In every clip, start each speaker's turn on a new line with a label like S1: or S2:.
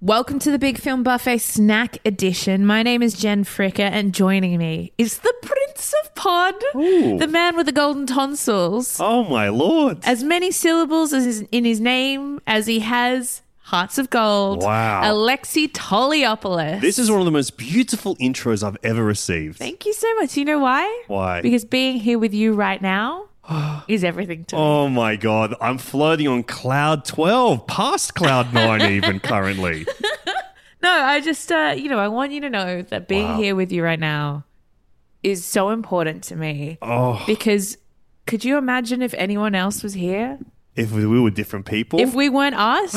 S1: Welcome to the Big Film Buffet Snack Edition. My name is Jen Fricker, and joining me is the Prince of Pod,
S2: Ooh.
S1: the man with the golden tonsils.
S2: Oh my lord!
S1: As many syllables as is in his name as he has hearts of gold.
S2: Wow.
S1: Alexi Toliopoulos.
S2: this is one of the most beautiful intros I've ever received.
S1: Thank you so much. You know why?
S2: Why?
S1: Because being here with you right now is everything to me.
S2: oh my god, I'm floating on cloud 12, past cloud 9 even currently.
S1: No, I just, uh, you know, I want you to know that being
S2: Wow.
S1: here with you right now is so important to me.
S2: Oh,
S1: Because could you imagine if anyone else was here?
S2: if we were different people.
S1: If we weren't us?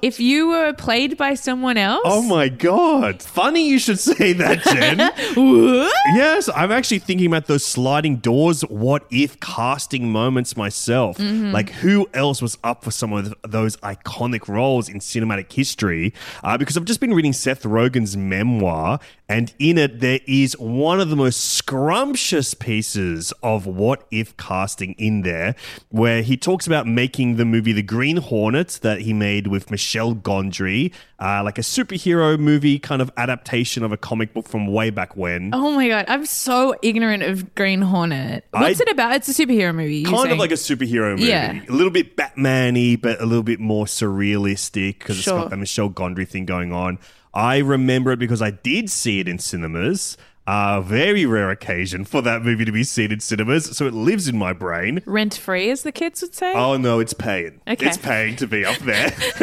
S1: if you were played by someone else?
S2: oh my god. Funny you should say that, Jen. Oh.
S1: What?
S2: Yes, I'm actually thinking about those sliding doors, what if casting moments myself. Like, who else was up for some of th- those iconic roles in cinematic history? Uh, because I've just been reading Seth Rogen's memoir, and in it, there is one of the most scrumptious pieces of what if casting in there, where he talks about making the movie The Green Hornet that he made with Michelle Gondry, uh, like a superhero movie kind of adaptation of a comic book from way back when.
S1: Oh my god, I'm so ignorant of Green Hornet. What's
S2: I-
S1: it about? It's a superhero movie. you're
S2: kind of
S1: saying.
S2: like a superhero movie.
S1: Yeah.
S2: A little bit Batman-y, but a little bit more surrealistic because it's
S1: Sure.
S2: got that Michelle Gondry thing going on. I remember it because I did see it in cinemas. A very rare occasion for that movie to be seen in cinemas, so it lives in my brain.
S1: rent free, as the kids would say.
S2: Oh no, it's paying.
S1: Okay.
S2: It's paying to be up there.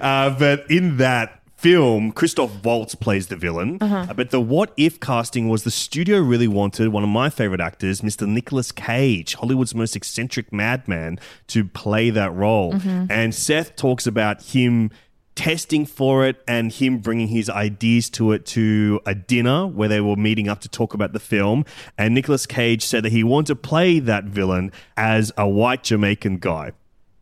S2: uh, but in that film, Christoph Waltz plays the villain. Uh, But the what if casting was the studio really wanted one of my favorite actors, Mr. Nicolas Cage, Hollywood's most eccentric madman, to play that role. And Seth talks about him testing for it and him bringing his ideas to it to a dinner where they were meeting up to talk about the film and Nicolas Cage said that he wanted to play that villain as a white Jamaican guy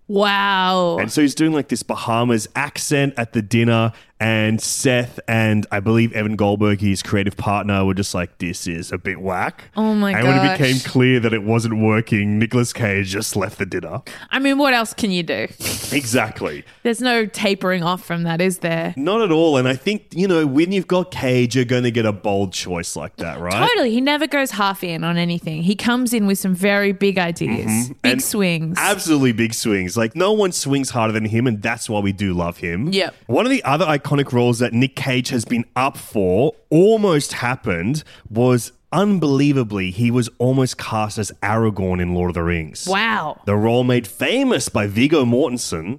S1: Wow.
S2: and so he's doing like this Bahamas accent at the dinner and Seth and I believe Evan Goldberg his creative partner were just like this is a bit whack
S1: Oh my
S2: and when it
S1: gosh.
S2: became clear that it wasn't working Nicolas Cage just left the dinner
S1: I mean, what else can you do?
S2: exactly
S1: There's no tapering off from that, is there?
S2: Not at all. And I think, you know, when you've got Cage, you're going to get a bold choice like that, right?
S1: Totally. He never goes half in on anything. He comes in with some very big ideas, big
S2: Mm-hmm. And
S1: swings.
S2: Absolutely big swings. Like, no one swings harder than him, and that's why we do love him.
S1: Yep.
S2: One of the other iconic roles that Nick Cage has been up for, almost happened, was unbelievably, he was almost cast as Aragorn in Lord of the Rings.
S1: wow.
S2: The role made famous by Vigo Mortensen.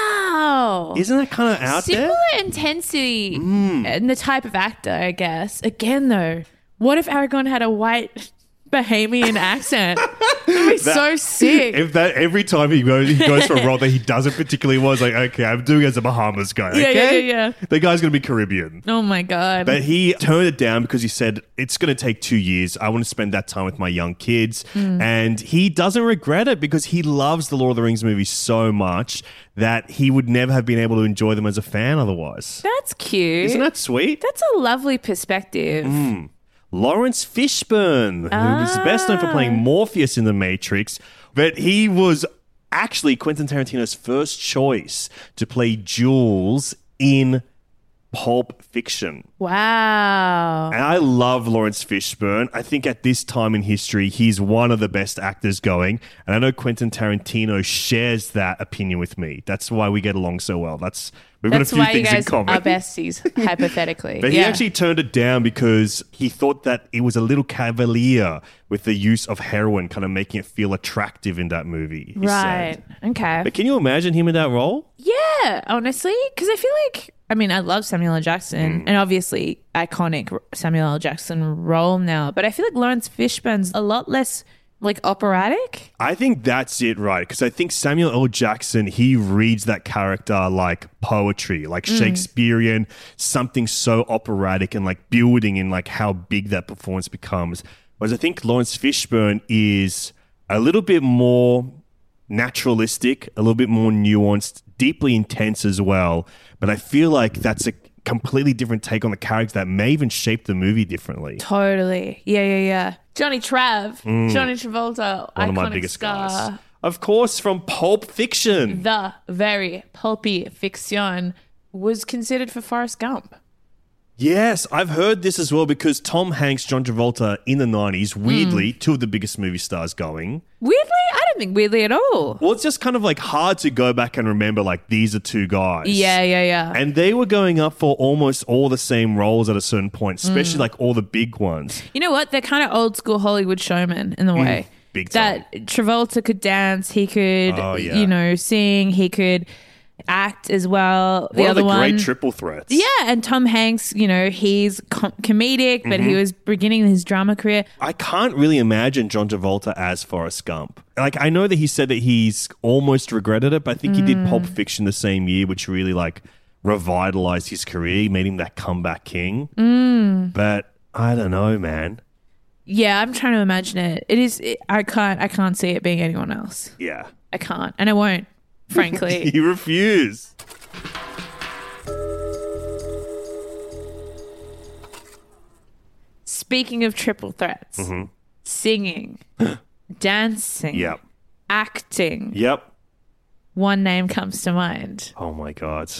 S1: Wow.
S2: Isn't that kind of out
S1: Similar
S2: there? Mm.
S1: intensity and the type of actor, I guess. Again, though, what if Aragon had a white Bahamian accent? That'd be so sick.
S2: If that every time he goes, he goes for a role that he doesn't particularly was like, okay, I'm doing it as a Bahamas guy.
S1: Yeah, yeah,
S2: okay?
S1: yeah, yeah.
S2: The guy's gonna be Caribbean.
S1: oh my god.
S2: But he turned it down because he said it's going to take two years. I want to spend that time with my young kids, and he doesn't regret it because he loves the Lord of the Rings movies so much that he would never have been able to enjoy them as a fan otherwise.
S1: That's cute.
S2: Isn't Mm. that sweet?
S1: That's a lovely perspective.
S2: Lawrence Fishburne, who was best known for playing Morpheus in The Matrix, but he was actually Quentin Tarantino's first choice to play Jules in Pulp Fiction.
S1: Wow.
S2: And I love Lawrence Fishburne. I think at this time in history, he's one of the best actors going. And I know Quentin Tarantino shares that opinion with me. That's why we get along so well. That's we've
S1: That's
S2: got a
S1: why
S2: few
S1: you
S2: things in
S1: guys are
S2: common.
S1: besties, hypothetically.
S2: But
S1: yeah.
S2: he actually turned it down because he thought that it was a little cavalier with the use of heroin, kind of making it feel attractive in that movie. he
S1: right.
S2: said.
S1: Okay.
S2: But can you imagine him in that role?
S1: Yeah, honestly, because I feel like I mean I love Samuel L.
S2: Mm.
S1: Jackson and obviously iconic R- Samuel L. Jackson role now, but I feel like Lawrence Fishburne's a lot less like operatic.
S2: I think that's it, right? Because I think Samuel L. Jackson, he reads that character like poetry, like
S1: Mm.
S2: Shakespearean, something so operatic and like building in like how big that performance becomes. Whereas I think Lawrence Fishburne is a little bit more naturalistic, a little bit more nuanced, deeply intense as well. But I feel like that's a completely different take on the character that may even shape the movie differently.
S1: Totally. Yeah, yeah, yeah. Johnny Trav, Johnny Travolta,
S2: Mm. One
S1: iconic
S2: of my biggest
S1: star.
S2: guys. Of course, from Pulp Fiction.
S1: The very pulpy fiction. was considered for Forrest Gump.
S2: Yes, I've heard this as well because Tom Hanks, John Travolta in the 90s,
S1: Hmm.
S2: weirdly, two of the biggest movie stars going.
S1: Weirdly, I don't think weirdly at all.
S2: Well, it's just kind of like hard to go back and remember, like, these are two guys.
S1: Yeah, yeah, yeah.
S2: And they were going up for almost all the same roles at a certain point, especially
S1: Hmm.
S2: like all the big ones.
S1: You know what? They're kind of old school Hollywood showmen in the way
S2: Mm, big
S1: that Travolta could dance, he could,
S2: Oh, yeah.
S1: you know, sing, he could act as well. The
S2: One of
S1: other
S2: the
S1: one,
S2: great triple threats.
S1: yeah. And Tom Hanks, you know, he's com- comedic, but
S2: Mm-hmm.
S1: he was beginning his drama career.
S2: I can't really imagine John Travolta as Forrest Gump. Like, I know that he said that he's almost regretted it, but I think he
S1: Mm.
S2: did Pulp Fiction the same year, which really like revitalized his career, made him that comeback king.
S1: Mm.
S2: But I don't know, man.
S1: Yeah, I'm trying to imagine it. It is. It, I can't. I can't see it being anyone else.
S2: Yeah,
S1: I can't, and I won't. Frankly,
S2: you refuse.
S1: speaking of triple threats, singing, dancing,
S2: Mm-hmm. Yep,
S1: acting,
S2: yep.
S1: one name comes to mind:
S2: Oh my god.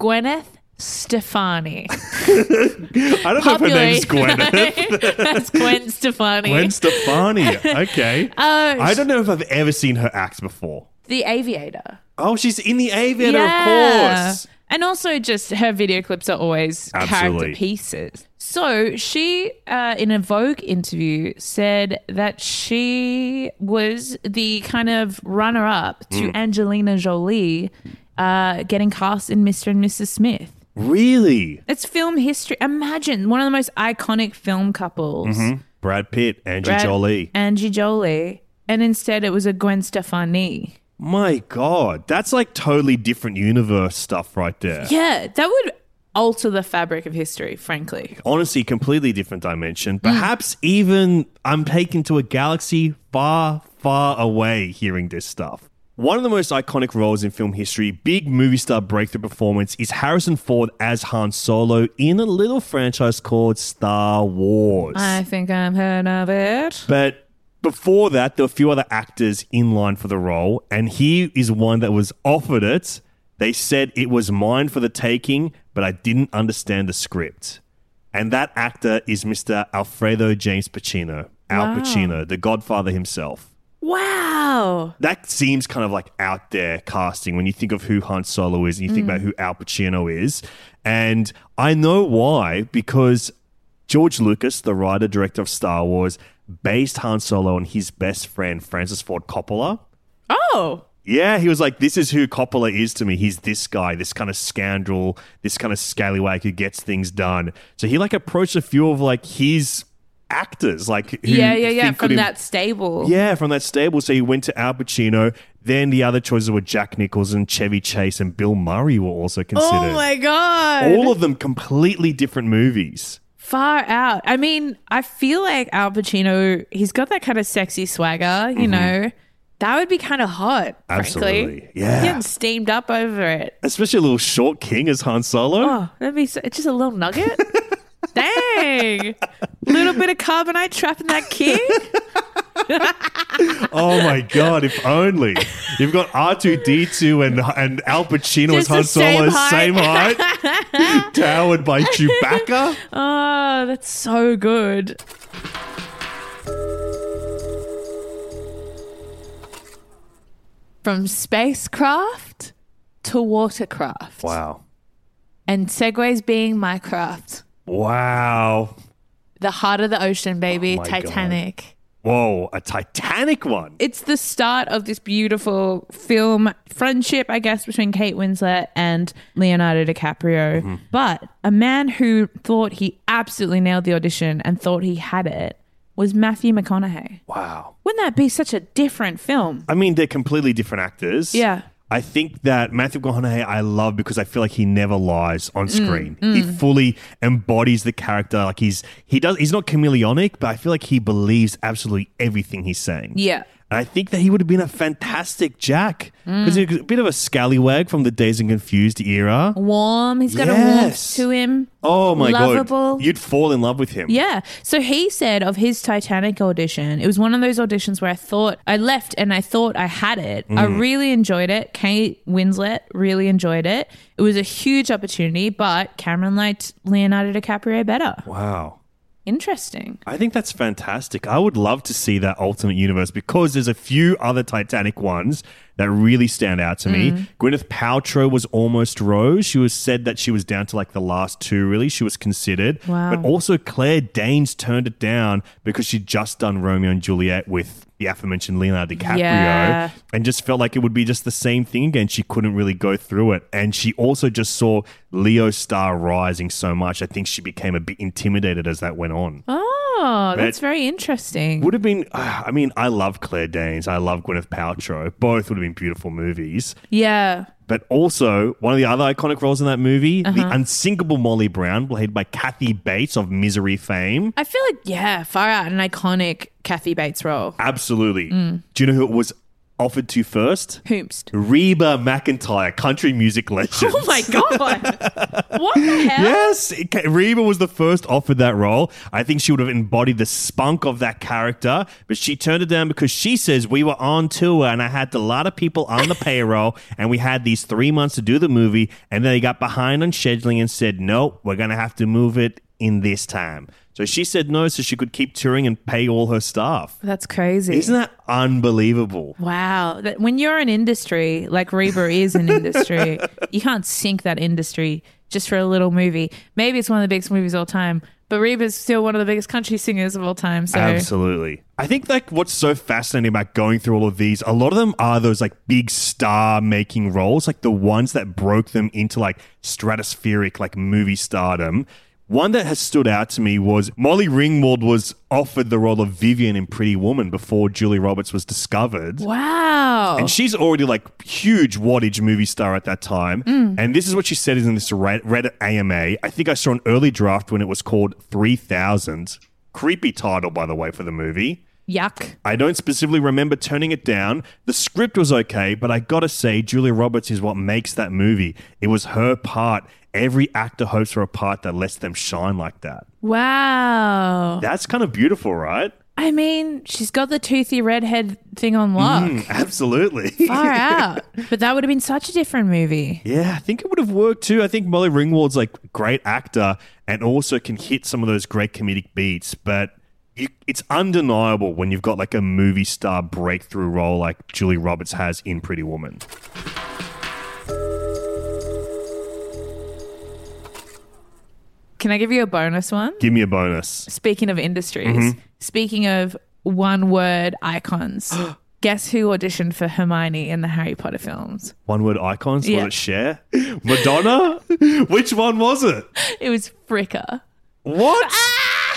S1: Gwyneth Stefani.
S2: I don't know if her name's Gwen.
S1: That's Gwen Stefani.
S2: Gwen Stefani. Okay.
S1: Uh,
S2: I don't know if I've ever seen her act before.
S1: the Aviator.
S2: Oh, she's in the Aviator,
S1: Yeah.
S2: of course.
S1: And also, just her video clips are always
S2: Absolutely.
S1: character pieces. So she, uh, in a Vogue interview, said that she was the kind of runner-up to
S2: Mm.
S1: Angelina Jolie uh, getting cast in Mr. and Mrs. Smith.
S2: Really?
S1: It's film history. Imagine one of the most iconic film
S2: Mm-hmm.
S1: couples,
S2: Brad Pitt, Angie
S1: Brad-
S2: Jolie.
S1: Angie Jolie, and instead it was a Gwen Stefani.
S2: My God, that's like totally different universe stuff right there.
S1: Yeah, that would alter the fabric of history, frankly.
S2: Honestly, completely different dimension.
S1: Mm.
S2: Perhaps even I'm taken to a galaxy far, far away hearing this stuff. One of the most iconic roles in film history, big movie star breakthrough performance, is Harrison Ford as Han Solo in a little franchise called Star Wars.
S1: I think I'm heard of it.
S2: But before that, there were a few other actors in line for the role, and he is one that was offered it. They said it was mine for the taking, but I didn't understand the script. And that actor is Mr. Alfredo James Pacino, Al Pacino, the godfather himself.
S1: Wow.
S2: That seems kind of like out there casting when you think of who Han Solo is and you think
S1: Mm.
S2: about who Al Pacino is. And I know why, because George Lucas, the writer director of Star Wars, based Han Solo on his best friend, Francis Ford Coppola.
S1: Oh.
S2: Yeah, he was like, This is who Coppola is to me. He's this guy, this kind of scoundrel, this kind of scallywag who gets things done. So he like approached a few of like his actors, like who
S1: Yeah, yeah, yeah.
S2: think could
S1: From
S2: im-
S1: that stable.
S2: yeah, from that stable. So he went to Al Pacino. Then the other choices were Jack Nicholson, Chevy Chase, and Bill Murray were also considered.
S1: Oh my god.
S2: All of them completely different movies.
S1: Far out. I mean, I feel like Al Pacino, he's got that kind of sexy swagger, you
S2: Mm-hmm.
S1: know. That would be kind of hot,
S2: Absolutely.
S1: frankly.
S2: Yeah.
S1: Getting steamed up over it.
S2: Especially a little short king as Han Solo.
S1: Oh, that'd be so, it's just a little nugget. Dang. Little bit of carbonite trapping that king.
S2: Oh my god! If only you've got R two D two and and Al Pacino as
S1: Just the
S2: Han Solo,
S1: same height.
S2: same height, towered by Chewbacca.
S1: Oh, that's so good. From spacecraft to watercraft.
S2: Wow!
S1: And segways being my craft.
S2: Wow!
S1: The heart of the ocean, baby.
S2: my
S1: Titanic.
S2: Whoa! A Titanic one.
S1: It's the start of this beautiful film friendship, I guess, between Kate Winslet and Leonardo DiCaprio. But a man who thought he absolutely nailed the audition and thought he had it was Matthew McConaughey.
S2: Wow!
S1: Wouldn't that be such a different film?
S2: I mean, they're completely different actors.
S1: Yeah.
S2: I think that Matthew McConaughey I love because I feel like he never lies on screen.
S1: Mm,
S2: He fully embodies the character. Like he's he does he's not chameleonic, but I feel like he believes absolutely everything he's saying.
S1: Yeah. Mm.
S2: And I think that he would have been a fantastic Jack because he's a bit of a scallywag from the Days and Confused era.
S1: Warm. He's got
S2: Yes.
S1: a warmth to him.
S2: Oh my
S1: Lovable.
S2: god, you'd fall in love with him.
S1: Yeah. So he said of his Titanic audition, it was one of those auditions where I thought I left and I thought I had it. I really enjoyed it. Kate Winslet really enjoyed it. It was a huge opportunity, but Cameron liked Leonardo DiCaprio better.
S2: Wow.
S1: Interesting.
S2: I think that's fantastic. I would love to see that alternate universe because there's a few other Titanic ones that really stand out to
S1: Mm.
S2: me. Gwyneth Paltrow was almost Rose. She was said that she was down to like the last two, really. She was considered.
S1: Wow.
S2: But also Claire Danes turned it down because she'd just done Romeo and Juliet with the aforementioned Leonardo DiCaprio
S1: Yeah.
S2: and just felt like it would be just the same thing again. She couldn't really go through it. And she also just saw Leo star rising so much. I think she became a bit intimidated as that went on
S1: Oh, that's very interesting.
S2: would have been. ah, I mean, I love Claire Danes. I love Gwyneth Paltrow. Both would have been beautiful movies.
S1: Yeah.
S2: But also, one of the other iconic roles in that movie,
S1: Uh-huh.
S2: the unsinkable Molly Brown, played by Kathy Bates of Misery fame.
S1: I feel like, yeah, far out an iconic Kathy Bates role.
S2: Absolutely.
S1: Mm.
S2: Do you know who it was offered to first?
S1: Hoomst.
S2: Reba McIntyre, country music legend.
S1: Oh my God. what the hell?
S2: Yes, it ca- Reba was the first offered that role. I think she would have embodied the spunk of that character, but she turned it down because she says we were on tour and I had a lot of people on the payroll, and we had these three months to do the movie, and then they got behind on scheduling and said, "No, we're gonna have to move it in this time." So she said no, so she could keep touring and pay all her staff.
S1: That's crazy.
S2: Isn't that unbelievable?
S1: Wow. That, when you're an industry, like Reba is an industry, you can't sink that industry just for a little movie. Maybe it's one of the biggest movies of all time, but Reba's still one of the biggest country singers of all time. So
S2: Absolutely. I think like what's so fascinating about going through all of these, a lot of them are those like big star making roles, like the ones that broke them into like stratospheric like movie stardom. One that has stood out to me was Molly Ringwald was offered the role of Vivian in Pretty Woman before Julie Roberts was discovered.
S1: wow.
S2: And she's already like huge wattage movie star at that time. And this is what she said is in this Red- Reddit AMA. I think I saw an early draft when it was called 3000. Creepy title, by the way, for the movie.
S1: Yuck.
S2: I don't specifically remember turning it down. The script was okay, but I gotta say, Julia Roberts is what makes that movie. It was her part. Every actor hopes for a part that lets them shine like that.
S1: Wow.
S2: That's kind of beautiful, right?
S1: I mean, she's got the toothy redhead thing on lock.
S2: Mm. Absolutely.
S1: Far out. But that would have been such a different movie.
S2: Yeah, I think it would have worked too. I think Molly Ringwald's like a great actor and also can hit some of those great comedic beats, but you, it's undeniable when you've got like a movie star breakthrough role like Julie Roberts has in Pretty Woman.
S1: Can I give you a bonus one?
S2: Give me a bonus.
S1: Speaking of
S2: Mm-hmm.
S1: industries, speaking of one word icons, guess who auditioned for Hermione in the Harry Potter films?
S2: One word icons,
S1: Yeah.
S2: let it share. Madonna? Which one was it?
S1: It was Fricka.
S2: What?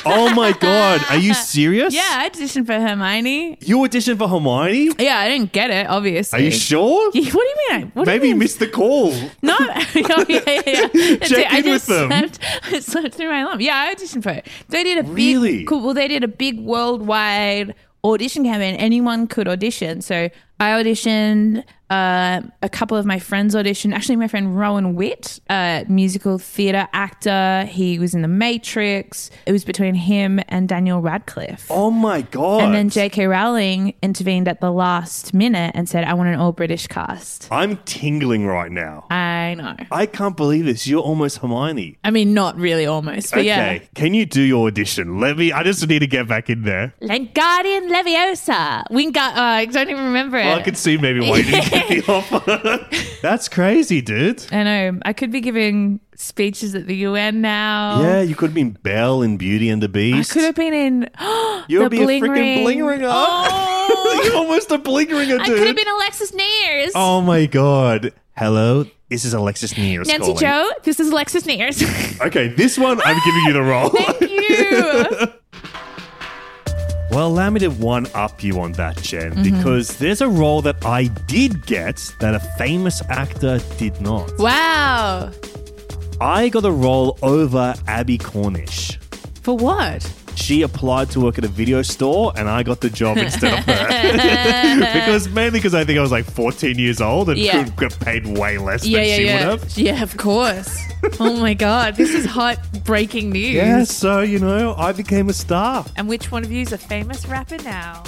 S2: oh my god, are you serious?
S1: Ah! Yeah, I auditioned for Hermione.
S2: You auditioned for Hermione?
S1: Yeah, I didn't get it, obviously.
S2: Are you sure?
S1: Yeah, What do you mean? I- What do
S2: Maybe
S1: you
S2: you
S1: mean?
S2: missed the call.
S1: no. oh, yeah, yeah, yeah. That's
S2: Check
S1: it. I
S2: in
S1: just
S2: with them.
S1: Slept, I slept through my alarm. Yeah, I auditioned for it. They did a
S2: Really?
S1: big, cool, well, they did a big worldwide audition campaign. Anyone could audition. So I auditioned. Uh, a couple of my friends auditioned. Actually, my friend Rowan Witt, a musical theatre actor, he was in The Matrix. It was between him and Daniel Radcliffe.
S2: Oh my god.
S1: And then J.K. Rowling intervened at the last minute and said, I want an all British cast.
S2: I'm tingling right now.
S1: I know.
S2: I can't believe this. You're almost Hermione.
S1: I mean, not really almost, but
S2: Okay.
S1: Oh, yeah.
S2: Can you do your audition? Let me. I just need to get back in there.
S1: Guardian Leviosa. Winga- uh, I don't even remember it.
S2: I could see maybe waiting to get the offer. That's crazy, dude.
S1: I know. I could be giving speeches at the UN now.
S2: Yeah, you could have been Belle in Beauty and the
S1: I
S2: Beast.
S1: could have been in
S2: You'll
S1: the
S2: be
S1: bling
S2: a freaking
S1: ring.
S2: bling ringer.
S1: Oh,
S2: You're almost a bling ringer,
S1: I
S2: dude.
S1: could have been Alexis Nears.
S2: oh my god. Hello, this is Alexis Nears
S1: Nancy
S2: calling.
S1: Joe, this is Alexis Nears.
S2: Okay, this one I'm giving you the role.
S1: Thank you.
S2: Well, allow me to one up you on that, Jen,
S1: Mm-hmm.
S2: because there's a role that I did get that a famous actor did not.
S1: wow.
S2: I got a role over Abby Cornish.
S1: For what?
S2: She applied to work at a video store, and I got the job instead of her. because mainly because I think I was like 14 years old and
S1: Yeah.
S2: could get paid way less
S1: Yeah,
S2: than
S1: yeah,
S2: she
S1: yeah.
S2: would have.
S1: Yeah, of course. oh my god, this is hot breaking news.
S2: Yeah, so you know, I became a star.
S1: And which one of you is a famous rapper now?